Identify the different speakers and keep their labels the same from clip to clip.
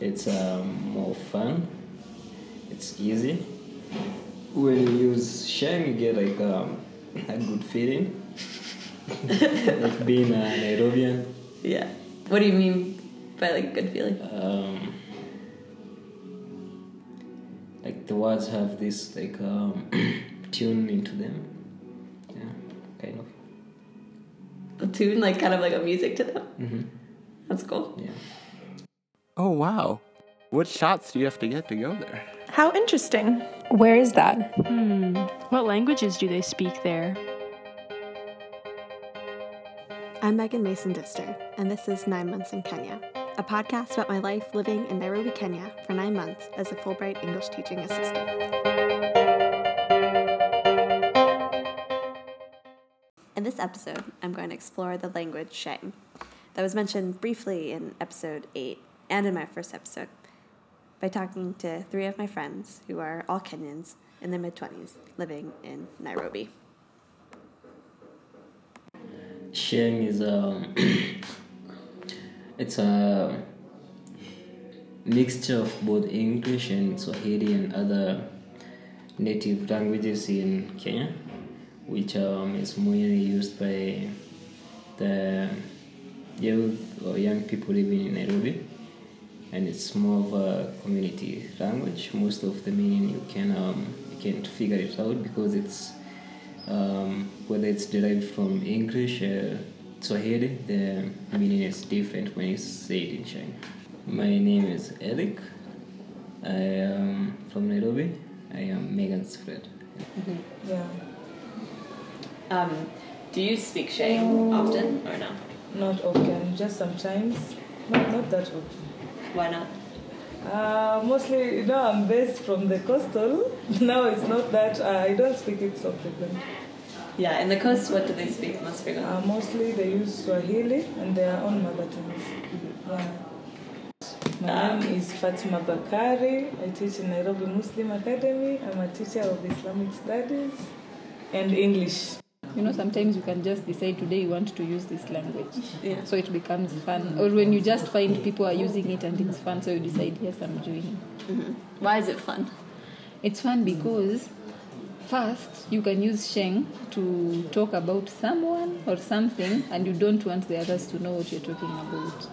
Speaker 1: It's um, more fun. It's easy. When you use sham, you get like um, a good feeling, like being a Nairobian.
Speaker 2: Yeah. What do you mean by like good feeling?
Speaker 1: Um, like the words have this like um, tune into them. Yeah, kind of.
Speaker 2: A tune, like kind of like a music to them.
Speaker 1: Mm-hmm.
Speaker 2: That's cool.
Speaker 1: Yeah.
Speaker 3: Oh, wow. What shots do you have to get to go there?
Speaker 4: How interesting.
Speaker 5: Where is that?
Speaker 6: Hmm. What languages do they speak there?
Speaker 7: I'm Megan Mason Dister, and this is Nine Months in Kenya, a podcast about my life living in Nairobi, Kenya for nine months as a Fulbright English teaching assistant. In this episode, I'm going to explore the language Shang that was mentioned briefly in episode 8 and in my first episode by talking to three of my friends who are all Kenyans in their mid 20s living in Nairobi.
Speaker 1: Sheng is um, it's a mixture of both English and Swahili and other native languages in Kenya, which um, is mainly used by the youth or young people living in Nairobi, and it's more of a community language. Most of the meaning you can um, you can't figure it out because it's um, whether it's derived from English, uh, Swahili, the meaning is different when it's said in China. My name is Eric. I am from Nairobi. I am Megan's friend.
Speaker 4: Yeah.
Speaker 2: Um, do you speak Shang often or no?
Speaker 4: Not often, just sometimes. Not, not that often.
Speaker 2: Why not?
Speaker 4: Uh, mostly, you know, I'm based from the coastal. Now it's not that uh, I don't speak it so frequently.
Speaker 2: Yeah, in the coast, what do they speak most frequently?
Speaker 4: Uh, mostly they use Swahili and their own mother tongues. Yeah.
Speaker 8: Ah,
Speaker 4: My name is Fatima Bakari. I teach in Nairobi Muslim Academy. I'm a teacher of Islamic Studies and English.
Speaker 8: You know, sometimes you can just decide today you want to use this language. So it becomes fun. Or when you just find people are using it and it's fun, so you decide, yes, I'm doing it.
Speaker 2: Mm-hmm. Why is it fun?
Speaker 8: It's fun because first you can use Sheng to talk about someone or something and you don't want the others to know what you're talking about.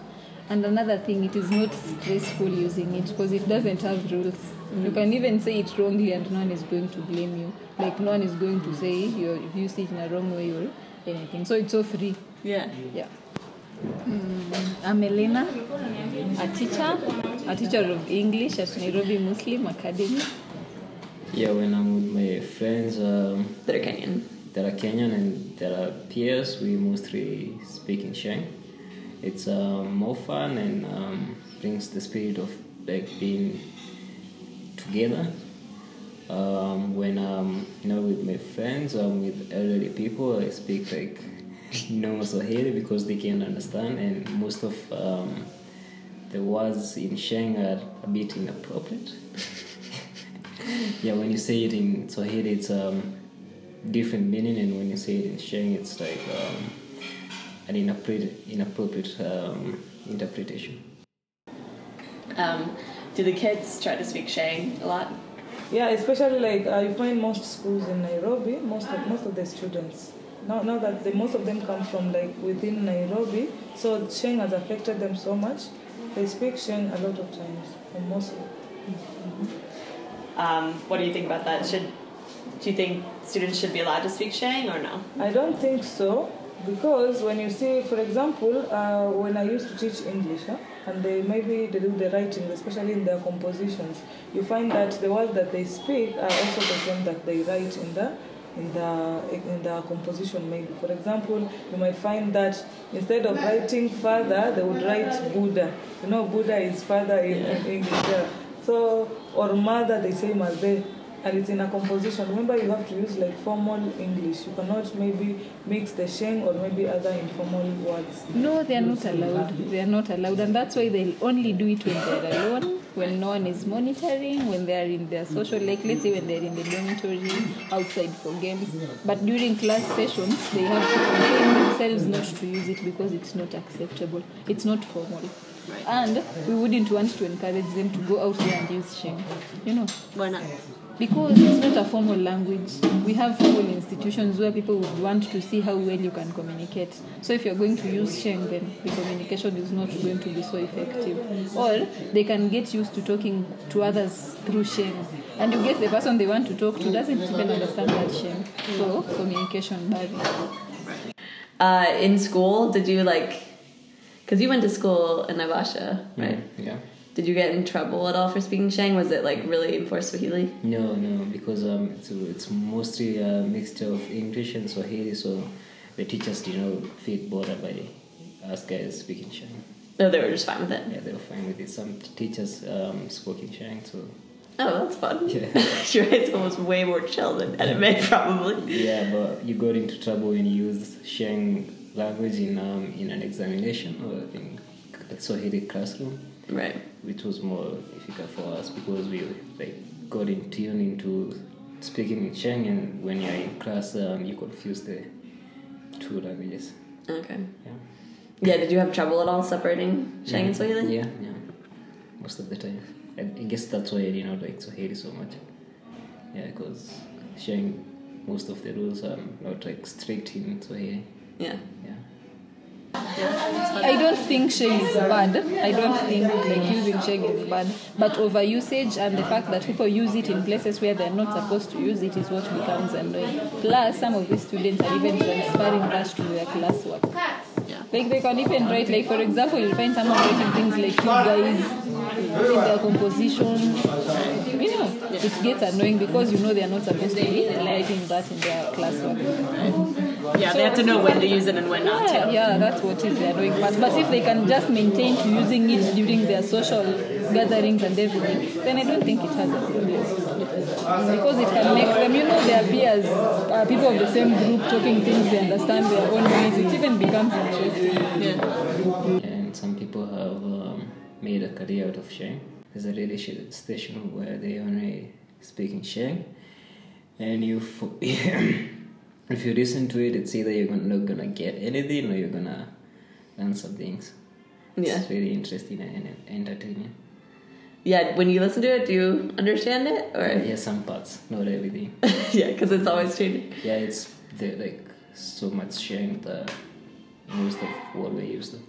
Speaker 8: And another thing, it is not stressful using it because it doesn't have rules. You can even say it wrongly and no one is going to blame you. Like, no one is going to say you're, if you see it in a wrong way or anything. So it's so free.
Speaker 2: Yeah.
Speaker 8: Yeah. I'm Elena, a teacher, a teacher of English at Nairobi Muslim Academy.
Speaker 1: Yeah, when I'm with my friends um,
Speaker 2: That are Kenyan.
Speaker 1: that are Kenyan and that are peers, we mostly speak in Sheng. It's um, more fun and um, brings the spirit of like being together. Um, when um, you know with my friends um, with elderly people, I speak like normal Swahili because they can understand, and most of um, the words in Sheng are a bit inappropriate. yeah, when you say it in Swahili, it's um, different meaning, and when you say it in Sheng, it's like um, an inappropriate, inappropriate um, interpretation.
Speaker 2: Um, do the kids try to speak Shang a lot?
Speaker 4: Yeah, especially like uh, you find most schools in Nairobi, most of, most of the students. Now, now that the, most of them come from like within Nairobi, so Sheng has affected them so much. They speak Sheng a lot of times, or mostly.
Speaker 2: Um, what do you think about that? Should do you think students should be allowed to speak Shang or no?
Speaker 4: I don't think so because when you see, for example, uh, when I used to teach English, huh, and they maybe they do the writings, especially in their compositions, you find that the words that they speak are also the same that they write in the in the in the composition. Maybe, for example, you might find that instead of writing father, they would write Buddha. You know, Buddha is father in, in English. Yeah. So or mother, they say mother and it's in a composition. Remember, you have to use like formal English. You cannot maybe mix the sheng or maybe other informal words.
Speaker 8: No, they are not allowed. They are not allowed, and that's why they only do it when they are alone, when no one is monitoring, when they are in their social, like let's say when they are in the dormitory, outside for games. But during class sessions, they have to contain themselves not to use it because it's not acceptable. It's not formal. And we wouldn't want to encourage them to go out there and use Sheng. You know,
Speaker 2: Why not?
Speaker 8: because it's not a formal language. We have formal institutions where people would want to see how well you can communicate. So if you're going to use Sheng, then the communication is not going to be so effective. Or they can get used to talking to others through Sheng. And you get the person they want to talk to doesn't even understand that Sheng. So communication barrier.
Speaker 2: Uh, in school, did you like? Because you went to school in Naivasha, right?
Speaker 1: Mm-hmm. Yeah.
Speaker 2: Did you get in trouble at all for speaking Shang? Was it like really enforced Swahili?
Speaker 1: No, no, because um, it's, it's mostly a mixture of English and Swahili, so the teachers did not feel bothered by us guys speaking Shang.
Speaker 2: No, they were just fine with it.
Speaker 1: Yeah, they were fine with it. Some teachers um, spoke in Shang, so
Speaker 2: Oh, that's fun.
Speaker 1: Yeah.
Speaker 2: Your high school was way more chill than anime, probably.
Speaker 1: yeah, but you got into trouble when you used Shang language in um, in an examination or in a Swahili classroom.
Speaker 2: Right.
Speaker 1: which was more difficult for us because we like got in tune into speaking in Sheng and when you're in class um, you confuse the two languages.
Speaker 2: Okay.
Speaker 1: Yeah.
Speaker 2: Yeah. Did you have trouble at all separating Shang and Swahili?
Speaker 1: Yeah, yeah. Most of the time. I, I guess that's why I did not like Swahili so much. Yeah, because Sheng most of the rules are not like strict in Swahili.
Speaker 2: Yeah.
Speaker 1: Yeah.
Speaker 8: I don't think sheng is bad. I don't think like using sheng is bad. But overusage and the fact that people use it in places where they're not supposed to use it is what becomes annoying. Plus, some of the students are even transferring that to their classwork. Like they can even write, like for example, you'll find someone writing things like you guys in their composition. You know, it gets annoying because you know they're not supposed to be writing that in their classwork.
Speaker 9: Yeah, they have to know when to use it and when not to.
Speaker 8: Yeah, yeah, that's what is their doing part. But if they can just maintain to using it during their social gatherings and everything, then I don't think it has a problem. Because it can make them, you know, their peers, uh, people of the same group talking things they understand their own ways. It even becomes interesting.
Speaker 1: and some people have um, made a career out of Sheng. There's a radio sh- station where they only speak in Sheng, and you fo- if you listen to it, it's either you're gonna, not gonna get anything or you're gonna learn some things.
Speaker 2: Yeah.
Speaker 1: It's really interesting and, and entertaining.
Speaker 2: Yeah. When you listen to it, do you understand it? Or
Speaker 1: Yeah, some parts, not everything.
Speaker 2: yeah, because it's always changing.
Speaker 1: yeah, it's the, like so much Sheng that most of what we use, them.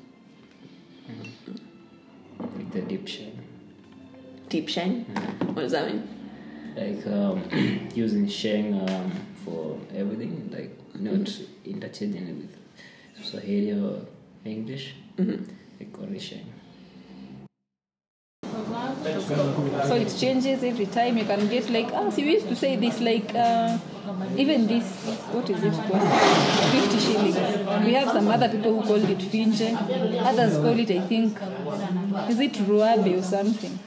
Speaker 1: Like the deep Sheng.
Speaker 2: Deep Shang.
Speaker 1: Mm-hmm.
Speaker 2: What does that mean?
Speaker 1: like um, using Sheng um, for everything, like not interchanging it with Swahili or English. Like only Sheng.
Speaker 8: So it changes every time. You can get like, ah, see, we used to say this, like, uh, even this, what is it called? 50 shillings. We have some other people who called it finje. Others call it, I think, is it ruabe or something?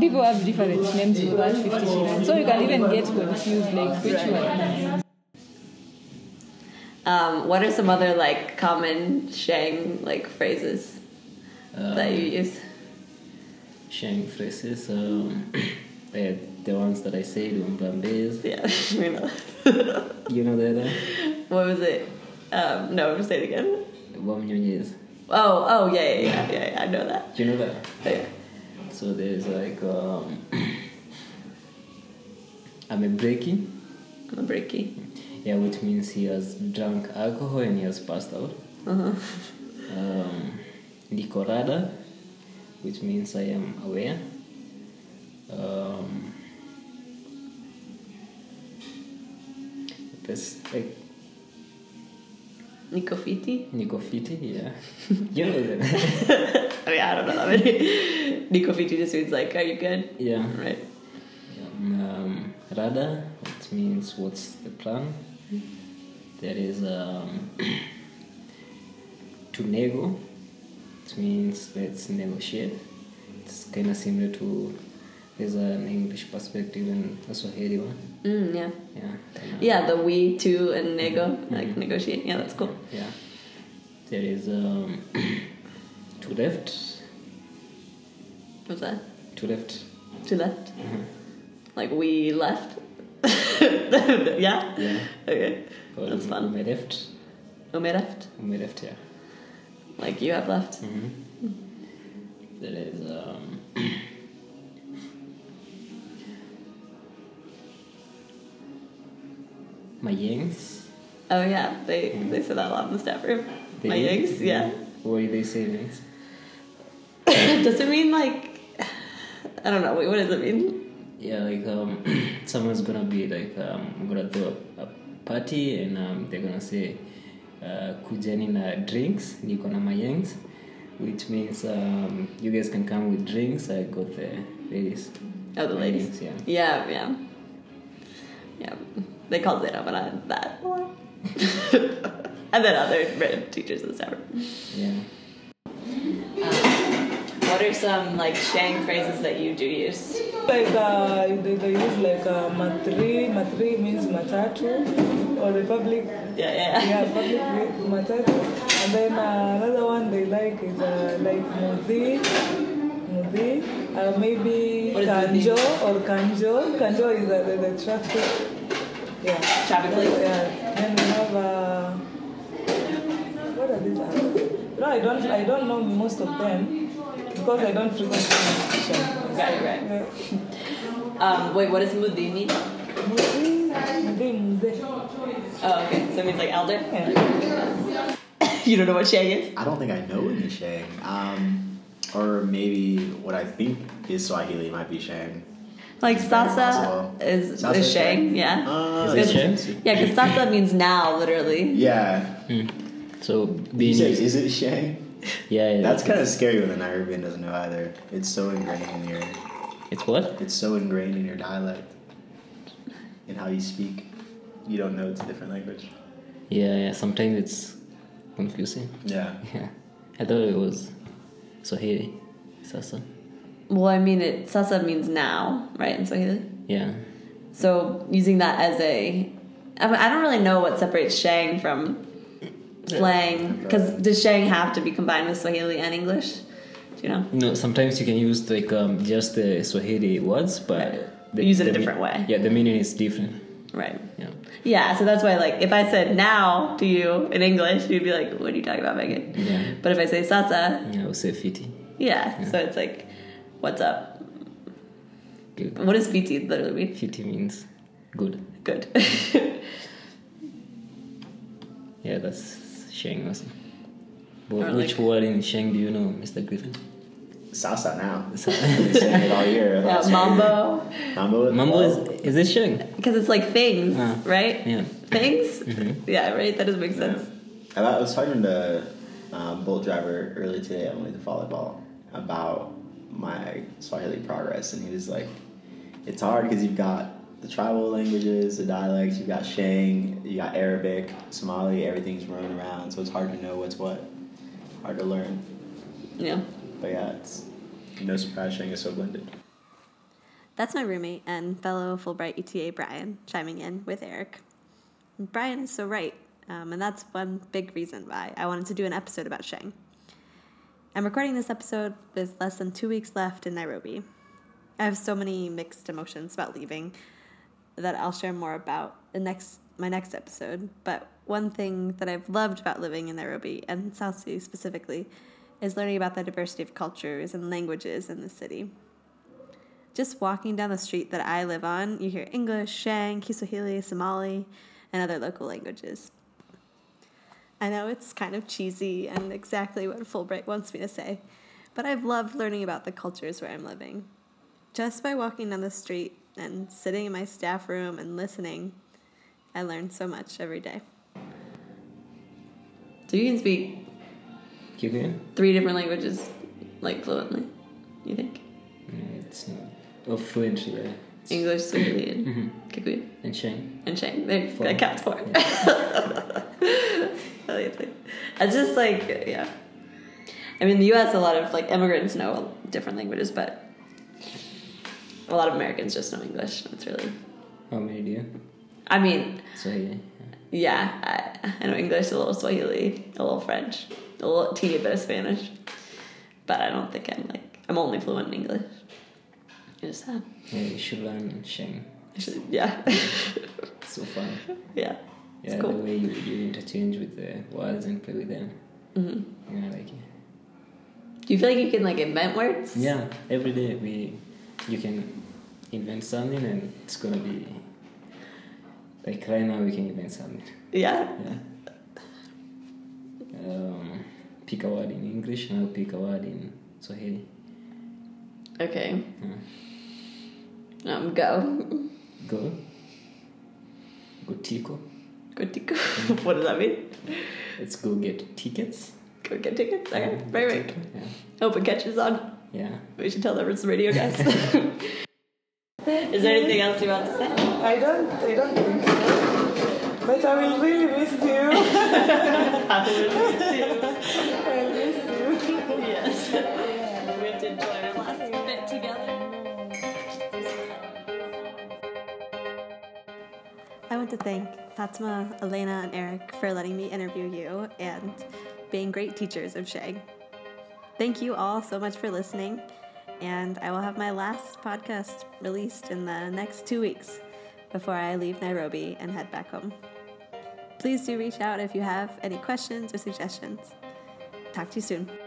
Speaker 8: People have different names for that 50 shillings. So you can even get confused, like, which one?
Speaker 2: Um, what are some other like common Shang like phrases
Speaker 1: Um,
Speaker 2: that you use?
Speaker 1: Sheng phrases, um, they're the ones that I said, Umbrambes,
Speaker 2: Yeah, we know.
Speaker 1: you know uh? the other?
Speaker 2: what was it? Um, no, say it again.
Speaker 1: Wamnyonyes.
Speaker 2: Oh, oh yeah, yeah, yeah, yeah, yeah, I know that. Oh,
Speaker 1: You know that?
Speaker 2: Yeah.
Speaker 1: So there's like, um, I'm a breaking.
Speaker 2: I'm a breaky.
Speaker 1: Yeah, which means he has drunk alcohol and he has passed out. Um, Nikorada, which means I am aware. Um, this like
Speaker 2: Nikofiti?
Speaker 1: Nikofiti, yeah. you know that.
Speaker 2: I mean, Oh, I don't know that many. Nikofiti just means like, are you good?
Speaker 1: yeah.
Speaker 2: Right.
Speaker 1: Um, Rada, which means what's the plan. There is um, to nego, which means let's negotiate. It's kind of similar to there's an English perspective and a Swahili one.
Speaker 2: Mm, yeah.
Speaker 1: Yeah. kinda.
Speaker 2: Yeah, the we, too, and nego, like negotiate. Yeah, that's cool.
Speaker 1: Yeah. There is um, to left,
Speaker 2: What's that?
Speaker 1: to left.
Speaker 2: To left? Like, we left? yeah?
Speaker 1: Yeah.
Speaker 2: Okay.
Speaker 1: Or
Speaker 2: That's fun.
Speaker 1: My left,
Speaker 2: Ume left?
Speaker 1: my left. Yeah.
Speaker 2: Like, you have left.
Speaker 1: There is um, Mayengs.
Speaker 2: Oh yeah, they they say that a lot in the staff room.
Speaker 1: They
Speaker 2: My
Speaker 1: do?
Speaker 2: eggs, yeah.
Speaker 1: What do they say next?
Speaker 2: Does it mean like I don't know? Wait, what does it mean?
Speaker 1: Yeah, like um, someone's gonna be like um, gonna throw a, a party and um, they're gonna say uh, kujeni na drinks niko na mayengs which means um, you guys can come with drinks I got the ladies
Speaker 2: Oh, the ladies.
Speaker 1: Mayengs, yeah
Speaker 2: Yeah, yeah, yeah. They call Zeravana that, and then other random teachers in the staff room.
Speaker 1: yeah
Speaker 2: What are some like Shang phrases that you do use?
Speaker 4: Like uh, they, they use like uh, matri, matri means matatu, or the public,
Speaker 2: Yeah, yeah.
Speaker 4: yeah, public ma- matatu. And then uh, another one they like is uh, like mudi, mudi, uh, maybe
Speaker 2: What is
Speaker 4: kanjo or kanjo. Kanjo is uh, the, the traffic, yeah,
Speaker 2: Traffic light?
Speaker 4: Yeah. Then uh, we have uh, what are these? others? No, I don't, I don't know most of them because I don't frequent them.
Speaker 2: Right, right.
Speaker 4: Yeah.
Speaker 2: Um, wait, what does mudhi mean? Oh, okay. So it means like elder. you don't know what Shang is?
Speaker 5: I don't think I know any Shang. Um, or maybe what I think is Swahili might be Shang.
Speaker 2: Like
Speaker 5: Sasa
Speaker 2: sasa is,
Speaker 5: Sasa
Speaker 2: is
Speaker 5: is
Speaker 2: Shang, Oh.
Speaker 5: Shang.
Speaker 2: yeah.
Speaker 5: Uh,
Speaker 1: Is it
Speaker 5: yeah.
Speaker 1: Shang?
Speaker 2: Yeah, because sasa means now, literally.
Speaker 5: Yeah.
Speaker 1: so
Speaker 5: You
Speaker 1: being
Speaker 5: say, is it Shang?
Speaker 1: yeah, yeah
Speaker 5: That's kind of scary when a Nairobian doesn't know either. It's so ingrained in your,
Speaker 1: it's what
Speaker 5: it's so ingrained in your dialect, in how you speak. You don't know it's a different language.
Speaker 1: yeah yeah sometimes it's confusing
Speaker 5: Yeah.
Speaker 1: yeah I thought it was Swahili Sasa
Speaker 2: Well, I mean, it sasa means now, right? In Swahili.
Speaker 1: yeah
Speaker 2: So using that as a, I, mean, I don't really know what separates Shang from slang, because does Shang have to be combined with Swahili and English? Do you know?
Speaker 1: No, sometimes you can use like um, just the Swahili words, but the,
Speaker 2: Use it a
Speaker 1: the me-
Speaker 2: different way.
Speaker 1: Yeah, the meaning is different.
Speaker 2: Right.
Speaker 1: Yeah,
Speaker 2: Yeah, so that's why, like, if I said now to you in English, you'd be like, what are you talking about, Megan?
Speaker 1: Yeah.
Speaker 2: But if I say sasa,
Speaker 1: yeah, I would say fiti.
Speaker 2: yeah, so it's like, what's up?
Speaker 1: Good.
Speaker 2: What does PT literally mean?
Speaker 1: Fiti means good.
Speaker 2: Good.
Speaker 1: Yeah, that's Sheng also. But
Speaker 2: Or
Speaker 1: which
Speaker 2: like-
Speaker 1: word in Sheng do you know, Mr. Griffin?
Speaker 5: Sasa now. I've been saying it all year.
Speaker 2: yeah, Uh, mambo.
Speaker 5: Mambo.
Speaker 1: Mambo is is it Sheng?
Speaker 2: Because it's like things,
Speaker 1: Ah,
Speaker 2: right?
Speaker 1: yeah. Mm-hmm.
Speaker 2: Things? Yeah, right? That doesn't make
Speaker 5: Yeah.
Speaker 2: sense.
Speaker 5: I thought- I was talking to uh, Bolt Driver earlier today. I went to volleyball about my Swahili progress, and he was like, "It's hard because you've got the tribal languages, the dialects. You've got Shang, you got Arabic, Somali. Everything's running around, so it's hard to know what's what. Hard to learn.
Speaker 2: Yeah.
Speaker 5: But yeah, it's no surprise Shang is so blended.
Speaker 7: That's my roommate and fellow Fulbright ETA Brian chiming in with Eric. And Brian is so right, um, and that's one big reason why I wanted to do an episode about Shang. I'm recording this episode with less than two weeks left in Nairobi. I have so many mixed emotions about leaving that I'll share more about in next my next episode. But one thing that I've loved about living in Nairobi and South City specifically is learning about the diversity of cultures and languages in the city. Just walking down the street that I live on, you hear English, Shang, Kiswahili, Somali, and other local languages. I know it's kind of cheesy and exactly what Fulbright wants me to say, but I've loved learning about the cultures where I'm living. Just by walking down the street and sitting in my staff room and listening, I learn so much every day.
Speaker 2: So you can speak
Speaker 1: You can?
Speaker 2: three different languages, like, fluently, you think?
Speaker 1: No, it's not. Oh, fluent, yeah.
Speaker 2: English, Swahili, and
Speaker 1: Mm-hmm.
Speaker 2: Kikuyu,
Speaker 1: And Sheng.
Speaker 2: and Shang. There,
Speaker 1: Four.
Speaker 2: that counts four. Oh, yeah, please. It's just like yeah. I mean, the U.S. A lot of like immigrants know different languages, but a lot of Americans just know English. It's really.
Speaker 1: How many do you?
Speaker 2: I mean,
Speaker 1: Swahili.
Speaker 2: yeah, I, I know English, a little Swahili, a little French, a little teeny bit of Spanish, but I don't think I'm like I'm only fluent in English. It is sad.
Speaker 1: Yeah, you should learn Sheng.
Speaker 2: I should, yeah,
Speaker 1: It's so fun.
Speaker 2: yeah. It's
Speaker 1: Yeah, the
Speaker 2: cool.
Speaker 1: way you, you interchange with the words and play with them. Mm-hmm. Yeah, I like it.
Speaker 2: Do you feel like you can like invent words?
Speaker 1: Yeah, every day we you can invent something and it's gonna be like right now we can invent something.
Speaker 2: Yeah.
Speaker 1: Yeah. Um, pick a word in English and I'll pick a word in Swahili.
Speaker 2: Okay.
Speaker 4: Hmm.
Speaker 2: Um, go.
Speaker 1: Go. Gotiko.
Speaker 2: Go to go. what does that mean?
Speaker 1: Let's go get tickets.
Speaker 2: Go get tickets. Okay. Oh,
Speaker 1: Yeah,
Speaker 2: Right, right.
Speaker 1: ticket, Yeah.
Speaker 2: Open catches on.
Speaker 1: Yeah.
Speaker 2: We should tell them it's radio guys. Is there anything else you want to say?
Speaker 4: I don't, I don't think so. But I will really miss you. I miss you.
Speaker 2: yes. We have to enjoy our last bit together.
Speaker 7: I want to thank Fatima, Elena, and Eric for letting me interview you and being great teachers of Shang. Thank you all so much for listening, and I will have my last podcast released in the next two weeks before I leave Nairobi and head back home. Please do reach out if you have any questions or suggestions. Talk to you soon.